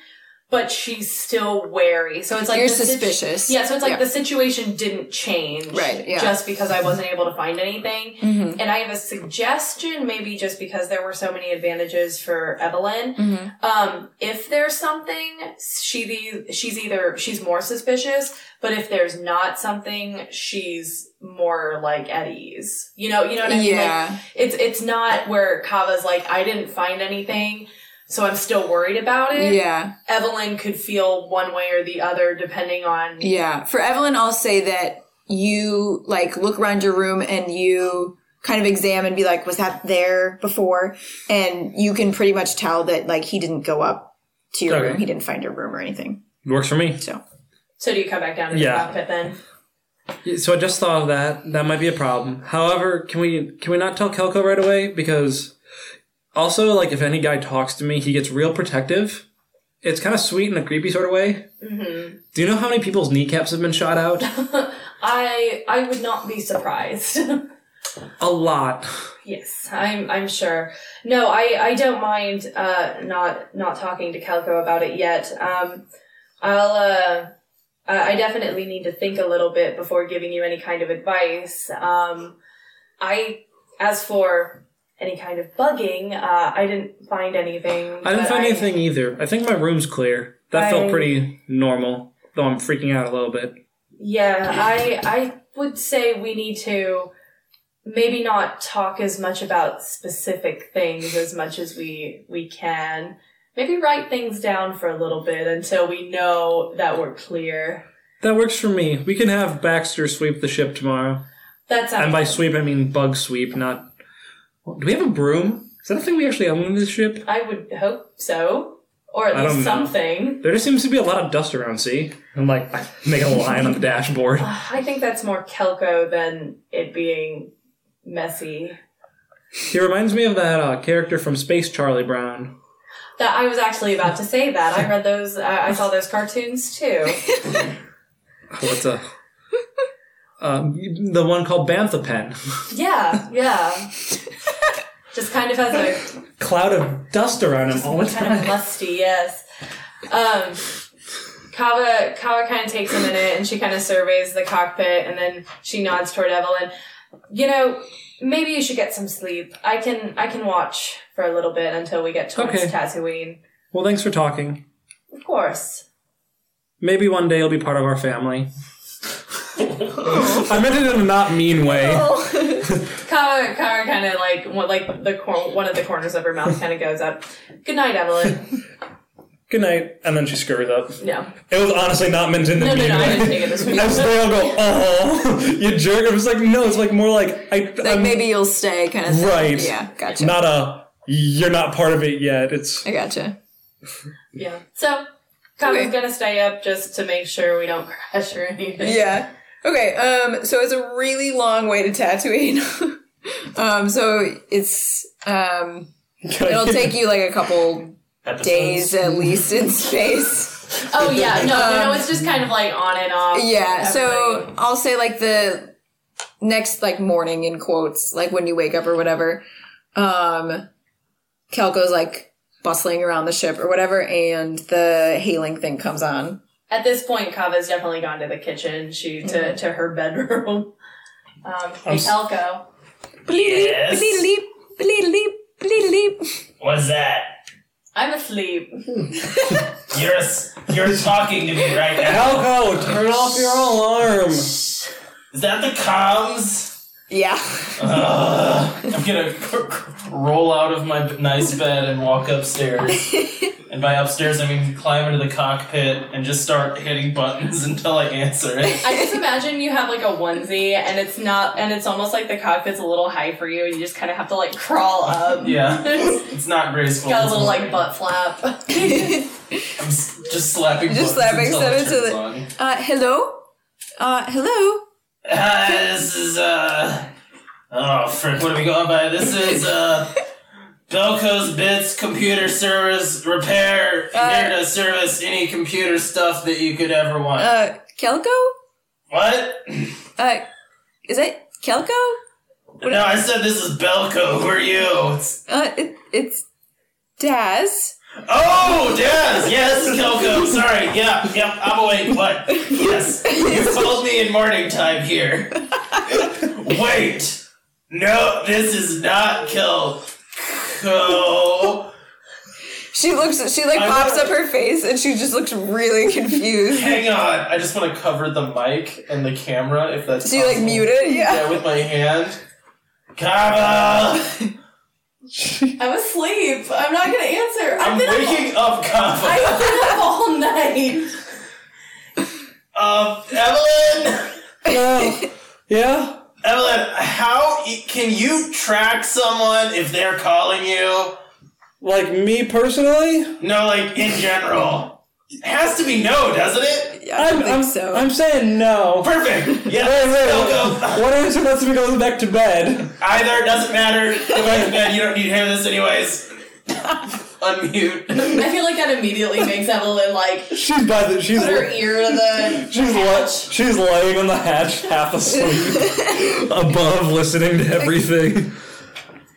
but she's still wary. So it's like You're the situ- suspicious. yeah, so it's like Yeah. the situation didn't change, Right, yeah. Mm-hmm. Just because I wasn't able to find anything, and I have a suggestion, maybe just because there were so many advantages for Evelyn. Um, if there's something, she the she's either she's more suspicious, but if there's not something, she's more like at ease. You know, you know what I mean? Like, Yeah. it's it's not where Kava's like, I didn't find anything, so I'm still worried about it. Yeah. Evelyn could feel one way or the other depending on Yeah. For Evelyn, I'll say that you like look around your room and you kind of examine, be like, was that there before? And you can pretty much tell that like he didn't go up to your Okay. room. He didn't find your room or anything. Works for me. So so do you come back down to Yeah. the cockpit then? So I just thought of that. That might be a problem. However, can we can we not tell Kelko right away? Because also, like, if any guy talks to me, he gets real protective. It's kind of sweet in a creepy sort of way. Mm-hmm. Do you know how many people's kneecaps have been shot out? I I would not be surprised. a lot. yes, I'm I'm sure. No, I I don't mind uh not not talking to Calco about it yet. Um I'll uh I I definitely need to think a little bit before giving you any kind of advice. Um I as for any kind of bugging, uh, I didn't find anything. I didn't but find anything either. I think my room's clear. That I- felt pretty normal, though I'm freaking out a little bit. Yeah, I I would say we need to maybe not talk as much about specific things as much as we we can. Maybe write things down for a little bit until we know that we're clear. That works for me. We can have Baxter sweep the ship tomorrow. That's And by sweep, I mean bug sweep, not. Do we have a broom? Is that a thing we actually own in this ship? I would hope so, or at I least don't know. something. There just seems to be a lot of dust around, see? I'm like making a line on the dashboard. I think that's more Kelko than it being messy. He reminds me of that uh, character from Space Charlie Brown. That I was actually about to say that. I read those. I I saw those cartoons too. What's a. Um, the one called Bantha Pen. Yeah, yeah. Just kind of has a Cloud of dust around him all the kind time. of musty, yes. Um, Kava Kava kind of takes a minute and she kind of surveys the cockpit and then she nods toward Evelyn. You know, maybe you should get some sleep. I can I can watch for a little bit until we get towards Okay. Tatooine. Well, thanks for talking. Of course. Maybe one day you'll be part of our family. I meant it in a not mean way. Kava Kava kind of like one like the cor- one of the corners of her mouth kind of goes up. Good night, Evelyn. Good night. And then she scurries up. No, It was honestly not meant in the no, no, mean no. I way. didn't take it this week. As they all go, oh, you jerk. I'm just like, no, it's like more like, I, Like I'm maybe you'll stay, kind of. Thing. Right. Yeah. Gotcha. not a, you're not part of it yet. It's, I gotcha. Yeah. So Kava's Okay. gonna stay up just to make sure we don't crash or anything. Yeah. Okay. Um. So it's a really long way to Tatooine. um. So it's um. It'll take you like a couple days at least in space. Oh yeah, no, no, it's just kind of like on and off. Um, Yeah, so everybody. I'll say like the next like morning in quotes, like when you wake up or whatever. Um Kelko's like bustling around the ship or whatever, and the hailing thing comes on. at this point, Kava's definitely gone to the kitchen. She Mm-hmm. to to her bedroom. Um, hey, s- Elko. Yes. Bleep, bleep, bleep, bleep, bleep. What's that? I'm asleep. You're s- you're talking to me right now. Alco, turn off your alarm. Is that the comms? Yeah. Ugh. I'm gonna roll out of my nice bed and walk upstairs. And by upstairs, I mean climb into the cockpit and just start hitting buttons until I answer it. I just imagine you have like a onesie, and it's not, and it's almost like the cockpit's a little high for you, and you just kind of have to like crawl up. Yeah, it's, it's not graceful. Got a It's little like annoying. butt flap. I'm s- just slapping. Just buttons slapping until stuff it into turns the- on. Uh hello? Uh hello? Ah, this is uh oh frick, what are we going by? This is uh Belco's Bits Computer Service Repair Uh, here to service any computer stuff that you could ever want. Uh Kelko? what? Uh is that Kelko? No, I said this is Belco. Who are you? It's, Uh it, it's Daz. oh, Daz. Yes, Belco. Sorry. Yeah. Yep. I'm awake. What? Yes. You called me in morning time here. Wait. No, this is not Kelco. She looks she like I'm pops not- up her face and she just looks really confused. Hang on, I just want to cover the mic and the camera if that's. So you like possible. mute it? Yeah, Yeah. with my hand. Kava, I'm asleep. I'm not gonna answer. I'm I've been up, waking up, Kava. I've been up all night. Um, Evelyn, Yeah. yeah. Evelyn, how e- can you track someone if they're calling you? Like me personally? No, like in general, it has to be no, doesn't it? I don't think so. I'm saying no. Perfect. Yeah. Wait, wait, Belco. wait. What answer lets me go back to bed? Either doesn't matter. Go back to bed. You don't need to hear this anyways. Unmute. I feel like that immediately makes Evelyn like She's by the she's put her ear to the. she's li- she's laying on the hatch half asleep above listening to everything.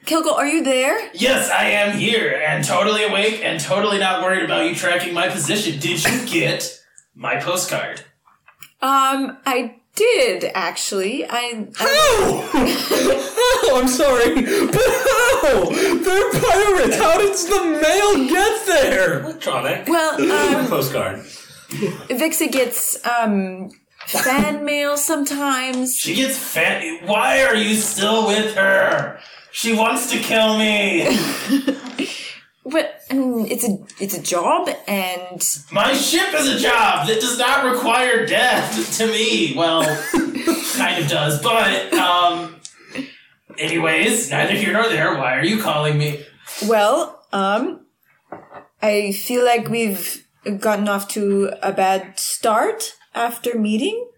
Kilgo, are you there? Yes, I am here and totally awake and totally not worried about you tracking my position. Did you get my postcard? Um, I did actually. I, I Oh, I'm sorry, but how? They're pirates. How does the mail get there? Electronic. well, um, Postcard. Vixa gets um fan mail sometimes. She gets fat. Why are you still with her? She wants to kill me. But I mean, it's a it's a job, and My ship is a job that does not require death to me. Well, kind of does, but um. Anyways, neither here nor there. Why are you calling me? well, um, I feel like we've gotten off to a bad start after meeting.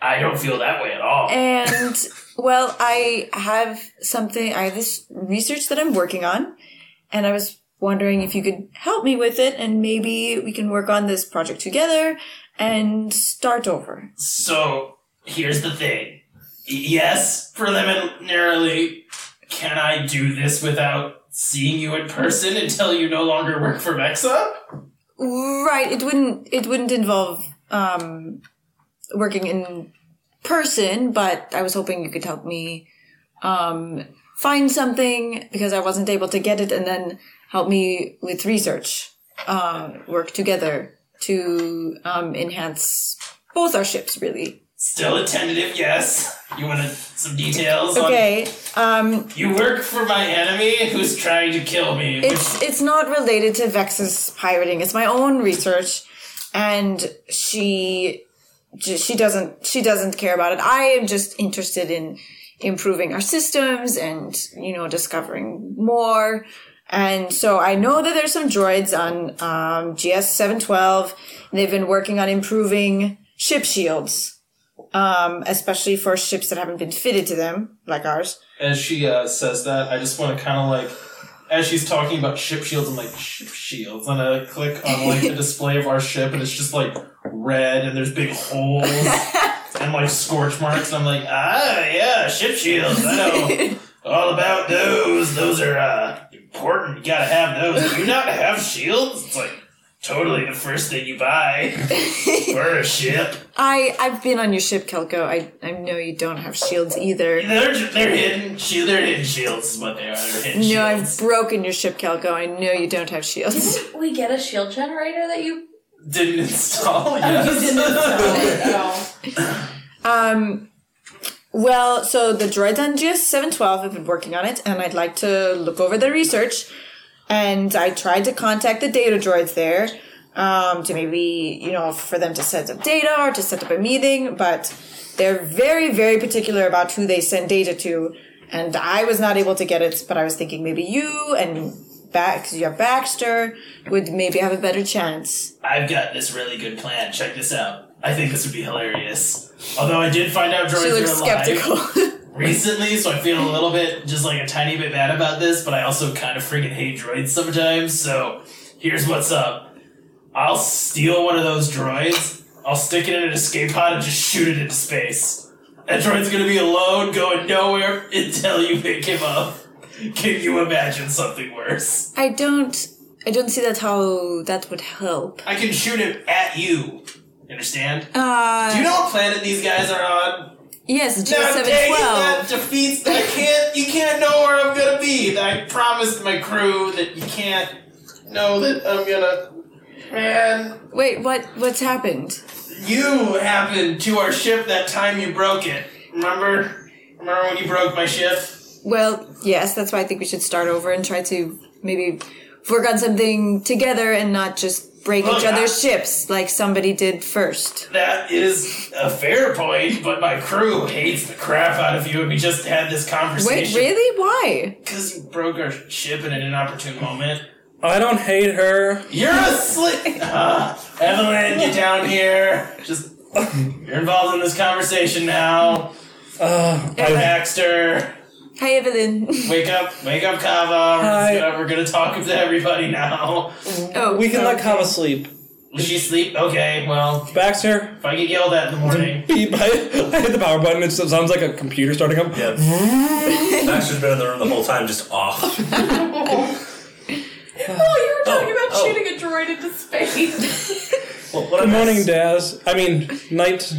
I don't feel that way at all. Eh. And well, I have something. I have this research that I'm working on, and I was wondering if you could help me with it, and maybe we can work on this project together and start over. So here's the thing. Yes, preliminarily, can I do this without seeing you in person until you no longer work for Vexa? Right. It wouldn't. It wouldn't involve um, working in person, but I was hoping you could help me um, find something because I wasn't able to get it, and then help me with research. Um, work together to um, enhance both our ships, really. Still a tentative yes. You want some details? on- Okay. Um, you work for my enemy who's trying to kill me. it's it's not related to Vex's pirating. It's my own research, and she j- she doesn't she doesn't care about it. I am just interested in improving our systems and you know discovering more. And so I know that there's some droids on um, GS seven twelve. They've been working on improving ship shields, um, especially for ships that haven't been fitted to them, like ours. as she uh, says that, I just want to kind of like, as she's talking about ship shields, I'm like ship shields, and I click on like the display of our ship, and it's just like red, and there's big holes and like scorch marks, and I'm like, ah, yeah, ship shields, I know all about those. Those are uh, important. You gotta have those. Do you not have shields? It's like totally the first thing you buy for a ship. I I've been on your ship, Kelko. I I know you don't have shields either. They're ju- they're hidden. shi- They're hidden shields is what they are. They're hidden No, shields. I've broken your ship, Kelko. I know you don't have shields. We get a shield generator that you Didn't install. Yes. oh, Um, well, so the droids on GS seven twelve have been working on it, and I'd like to look over their research. And I tried to contact the data droids there um, to maybe you know for them to set up data or to set up a meeting, but they're very very particular about who they send data to. And I was not able to get it, but I was thinking maybe you and back because you have Baxter would maybe have a better chance. I've got this really good plan. Check this out. I think this would be hilarious. Although I did find out She droids are looks alive skeptical. recently, so I feel a little bit, just like a tiny bit bad about this, but I also kind of freaking hate droids sometimes, so here's what's up. I'll steal one of those droids, I'll stick it in an escape pod and just shoot it into space. That droid's gonna be alone, going nowhere until you pick him up. Can you imagine something worse? I don't. I don't see that how that would help. I can shoot him at you. Understand? Uh, Do you know what planet these guys are on? yes, G Now, seven dang it, that twelve. defeats. I can't. You can't know where I'm gonna be. I promised my crew that you can't know that I'm gonna. Man, Wait, what? What's happened? you happened to our ship that time you broke it. Remember? Remember when you broke my ship? Well, yes, that's why I think we should start over and try to maybe work on something together and not just break Look, each other's ships like somebody did first. That is a fair point, but my crew hates the crap out of you, and we just had this Wait, conversation. really? Why? Because you broke our ship in an inopportune moment. I don't hate her. You're a slit. Uh, Evelyn, get down here. Just you're involved in this conversation now. Uh, I, Baxter, Hi, Evelyn. wake up, wake up, Kava. We're, Hi. just gonna, we're gonna talk to everybody now. oh, we can let okay. Kava sleep. Will she sleep? Okay. Well, Baxter, if I get yelled at in the morning, beep. I, I hit the power button. It sounds like a computer starting up. Yeah. Baxter's been in the room the whole time, just off. you were talking about Oh, oh. shooting a droid into space. Well, Good what I miss- morning, Daz. I mean, night.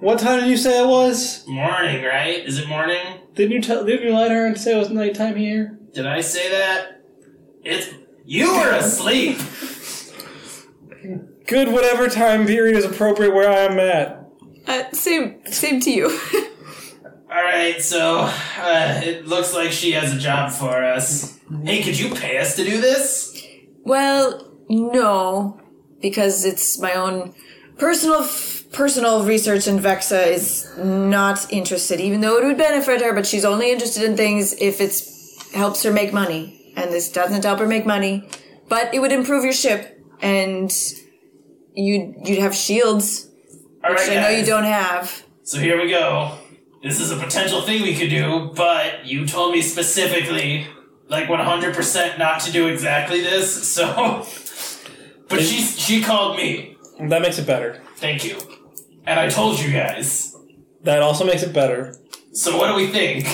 What time did you say it was? morning, right? Is it morning? Didn't you tell? Didn't you lie to her and say it was nighttime here? Did I say that? It's you were asleep. Good, whatever time period is appropriate where I am at. Uh, same, same to you. All right, so uh, it looks like she has a job for us. Hey, could you pay us to do this? Well, no, because it's my own personal personal research, and Vexa is not interested, even though it would benefit her. But she's only interested in things if it's helps her make money, and this doesn't help her make money. But it would improve your ship, and you'd you'd have shields, All which right, I know you guys. don't have. So here we go. This is a potential thing we could do, but you told me specifically, like 100% not to do exactly this, so. But she, she called me. That makes it better. Thank you. And I told you guys. That also makes it better. So what do we think?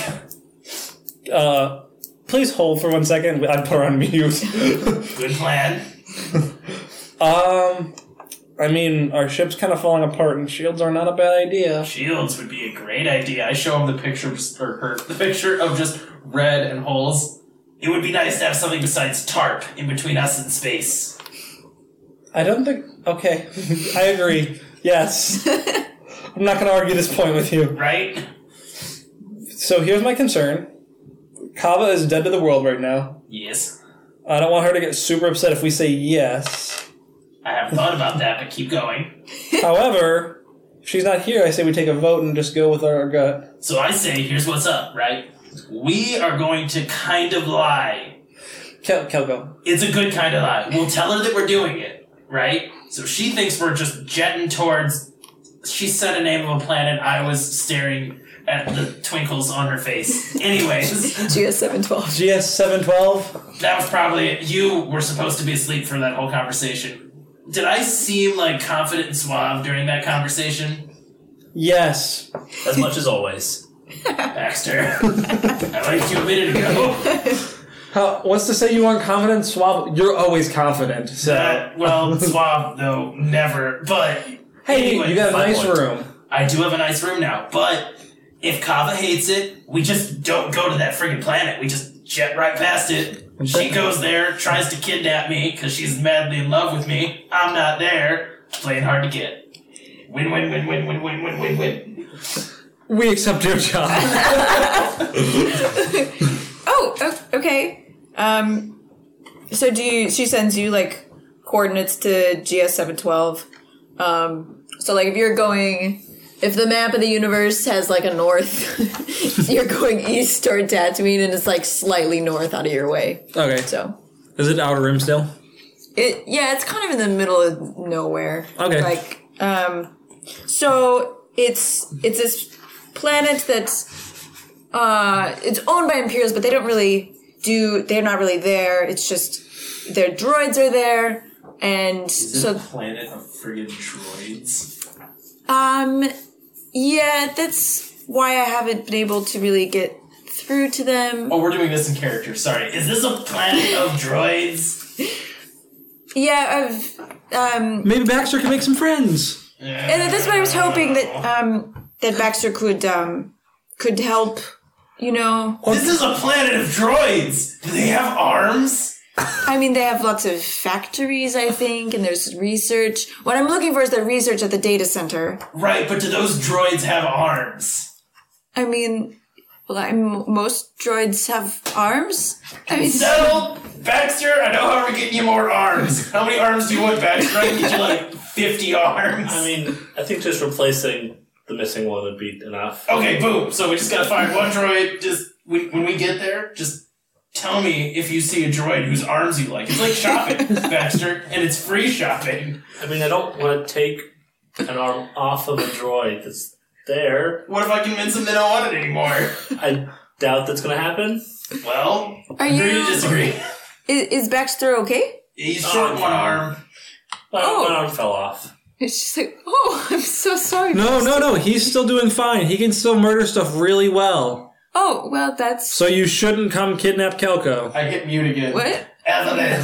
Uh, please hold for one second. I put her on mute. Good plan. Um, I mean, our ship's kind of falling apart, and shields are not a bad idea. Shields would be a great idea. I show him the picture, of- or her, the picture of just red and holes. It would be nice to have something besides tarp in between us and space. I don't think. Okay, I agree. Yes, I'm not going to argue this point with you. Right? So here's my concern: Kava is dead to the world right now. Yes. I don't want her to get super upset if we say yes. I haven't thought about that, but keep going. However, if she's not here. I say we take a vote and just go with our gut. So I say, here's what's up, right? We are going to kind of lie. Kel- Kelgo. It's a good kind of lie. We'll tell her that we're doing it, right? So she thinks we're just jetting towards. She said a name of a planet. I was staring at the twinkles on her face. Anyways, GS seven twelve. GS seven twelve. that was probably it. You were supposed to be asleep for that whole conversation. Did I seem like confident and suave during that conversation, Yes. As much as always. Baxter? I liked you a minute ago. How, what's to say you aren't confident? Swab. You're always confident. So Uh, well, suave though, never. But hey, anyway, you got a fine nice point. room. I do have a nice room now, but if Kava hates it, we just don't go to that friggin' planet. We just jet right past it. She goes there, tries to kidnap me because she's madly in love with me. I'm not there, playing hard to get. Win, win, win, win, win, win, win, win, win. We accept your job. Oh, o- okay. Um, so do you? She sends you like coordinates to GS seven twelve. Um, so like if you're going, if the map of the universe has like a north, you're going east toward Tatooine, and it's like slightly north out of your way. okay. So Is it outer rim still? it yeah, it's kind of in the middle of nowhere. Okay. Like um so it's it's this planet that's uh it's owned by Imperials, but they don't really do they're not really there. It's just their droids are there and so planet of friggin' droids. um yeah, that's why I haven't been able to really get through to them. Oh, we're doing this in character. Sorry. Is this a planet of droids? Yeah, I've um Maybe Baxter can make some friends. And that's what I was hoping that um, that Baxter could um, could help. You know, This is a planet of droids. Do they have arms? I mean, they have lots of factories, I think, and there's research. What I'm looking for is the research at the data center. Right, but do those droids have arms? I mean, well, I'm, most droids have arms. I mean, So, Baxter, I know how we're getting you more arms. How many arms do you want, Baxter? I can get you like 50 arms. I mean, I think just replacing the missing one would be enough. okay, boom. So we just gotta find one droid. Just when, when we get there, just tell me if you see a droid whose arms you like. It's like shopping, Baxter, and it's free shopping. I mean, I don't want to take an arm off of a droid that's there. What if I convince them they don't want it anymore? I doubt that's going to happen. Well, are agree to you? disagree. Uh, Is, is Baxter okay? He's short one arm. My, Oh. my arm fell off. It's just like, oh, I'm so sorry. No, no, no. He's still doing fine. He can still murder stuff really well. Oh, well, that's So you shouldn't come kidnap Kelko. I hit mute again. what. Evelyn,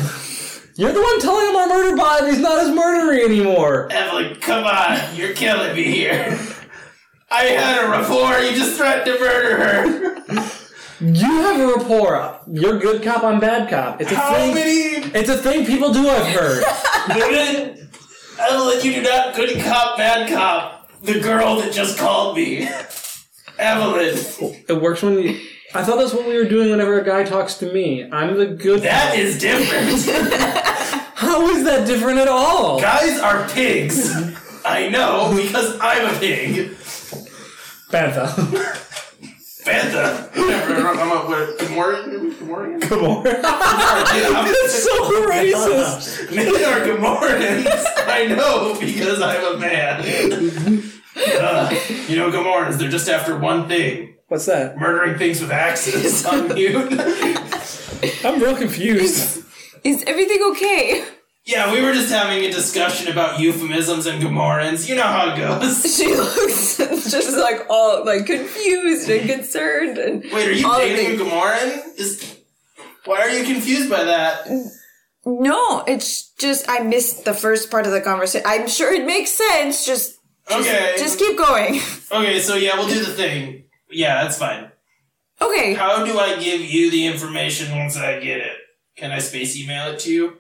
You're the one telling him our murder bot and he's not his murderer anymore. Evelyn, come on, you're killing me here. I had her before, you just threatened to murder her. You have a rapport. You're good cop, I'm bad cop. It's a How thing. many It's a thing people do. I've heard. women? Evelyn, you do not good cop, bad cop. The girl that just called me. Evelyn, it works when you. I thought that's what we were doing whenever a guy talks to me. I'm the good. that is different. How is that different at all? Guys are pigs. I know, because I'm a pig. Bantha. Bantha. I'm a, what, good morning? Good morning? Good That's so racist. Men are Gamorans. I know because I'm a man. Uh, you know, Gamorans, they're just after one thing What's that? murdering things with axes. On mute. I'm real confused. Is everything okay? yeah, we were just having a discussion about euphemisms and Gamorans. You know how it goes. She looks just like all like confused and concerned and Wait, are you all the dating a things. Gamoran? Is, why are you confused by that? No, it's just I missed the first part of the conversation. I'm sure it makes sense. Just, just Okay. just keep going. Okay, so yeah, we'll do the thing. Yeah, that's fine. Okay. How do I give you the information once I get it? Can I space email it to you?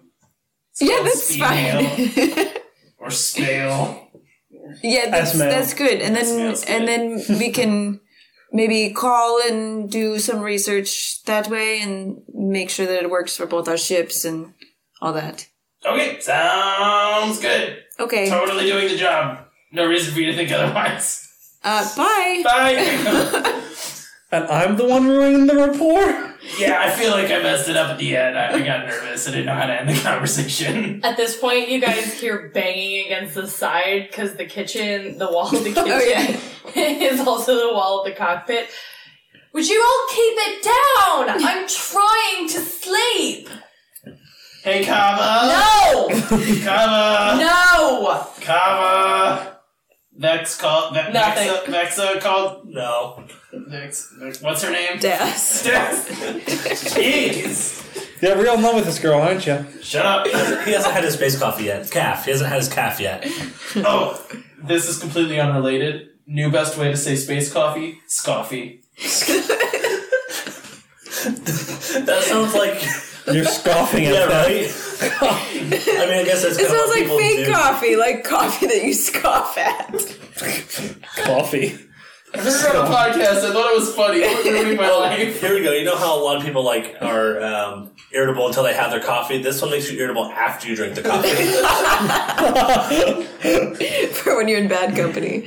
It's Yeah, called that's speed mail fine. Or spale. yeah, that's That's mail. that's good. And then That's mail's and then we can maybe call and do some research that way and make sure that it works for both our ships and all that. Okay, sounds good. Okay. Totally doing the job. No reason for you to think otherwise. Uh bye. Bye. And I'm the one ruining the rapport? yeah, I feel like I messed it up at the end. I, I got nervous. I didn't know how to end the conversation. At this point, you guys hear banging against the side because the kitchen, the wall of the kitchen, yeah. is also the wall of the cockpit. Would you all keep it down? I'm trying to sleep. Hey, Kava. No, Kava. no. Kava. Vex called. Ve- Nothing. Vexa, Vexa called. No. Vex, Vex, what's her name? Yes. Death. Jeez. You're real in love with this girl, aren't you? Shut up. He hasn't had his base coffee yet. Calf. He hasn't had his calf yet. Oh, this is completely unrelated. New best way to say space coffee? Scoffy. That sounds like You're scoffing at yeah, that. right. I mean, I guess that's It kind of sounds what like people fake do. coffee, like coffee that you scoff at. Coffee. I heard it on a podcast. I thought it was funny. It ruined my life. Here we go. You know how a lot of people like are um, irritable until they have their coffee. This one makes you irritable after you drink the coffee. For when you're in bad company.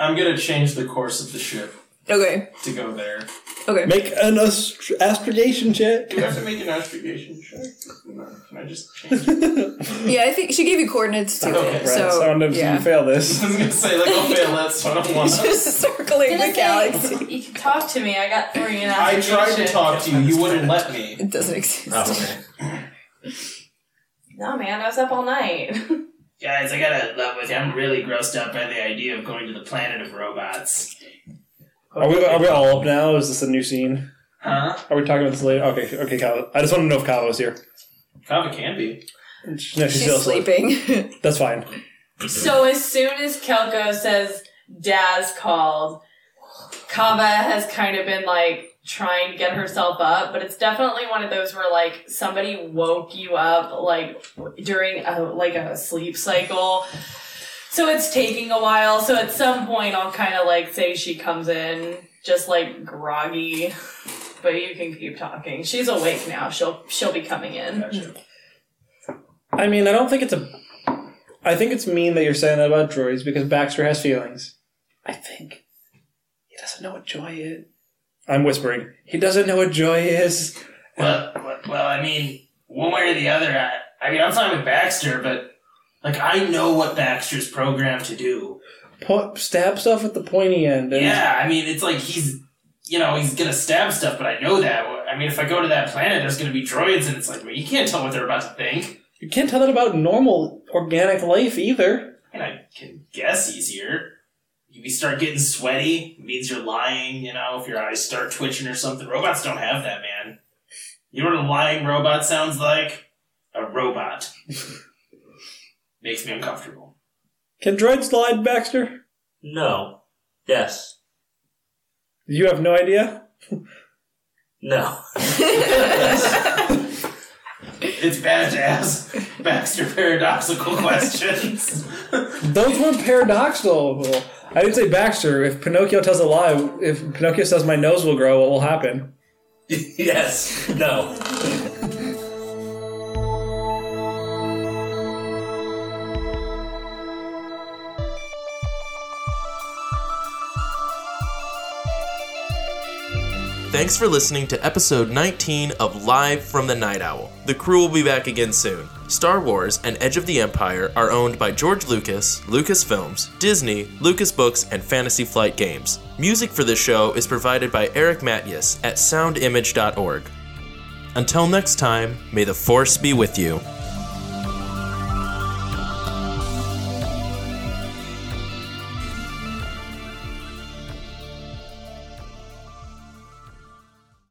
I'm gonna change the course of the ship Okay. to go there. Okay. Make an ast- astrogation check. Do I have to make an astrogation check? No. Can I just change it? Yeah, I think she gave you coordinates too. Okay, right, so, Sound of yeah. you fail this. I was gonna say, like, I'll fail that so I don't want to. Just circling the Didn't galaxy. say, You can talk to me. I got three and a half. I tried to talk to you, you wouldn't let me. It doesn't exist. Oh, okay. No, man, I was up all night. Guys, I gotta love with you. I'm really grossed out by the idea of going to the planet of robots. Are we, are we all up now? Is this a new scene? Huh? Are we talking about this later? Okay, okay, Kava. I just want to know if Kava was here. Kava can be. No, she's, She's still asleep. sleeping. That's fine. So as soon as Kelko says Daz called, Kava has kind of been like trying to get herself up, but it's definitely one of those where like somebody woke you up like during a like a sleep cycle. So it's taking a while. So at some point I'll kind of like say she comes in just like groggy. But you can keep talking. She's awake now. She'll she'll be coming in. I mean, I don't think it's a. I think it's mean that you're saying that about droids because Baxter has feelings. I think he doesn't know what joy is. I'm whispering. He doesn't know what joy is. Well, well- well, I mean, one way or the other, I, I mean, I'm fine with Baxter, but, like, I know what Baxter's programmed to do. Po- stab stuff at the pointy end. And Yeah, I mean, it's like he's, you know, he's gonna stab stuff, but I know that. I mean, if I go to that planet, there's gonna be droids, and it's like, well, you can't tell what they're about to think. You can't tell that about normal organic life either. And I can guess easier. If you start getting sweaty, it means you're lying, you know, if your eyes start twitching or something. Robots don't have that, man. You know what a lying robot sounds like? A robot. Makes me uncomfortable. Can droids lie, Baxter? No. Yes. You have no idea. No. It's bad to ask Baxter paradoxical questions. Those were paradoxical. I didn't say Baxter. If Pinocchio tells a lie, if Pinocchio says my nose will grow, what will happen? yes. No. Thanks for listening to episode 19 of Live from the Night Owl. The crew will be back again soon. Star Wars and Edge of the Empire are owned by George Lucas, Lucasfilms, Disney, Lucas Books, and Fantasy Flight Games. Music for this show is provided by Eric Matias at soundimage.org. Until next time, may the Force be with you.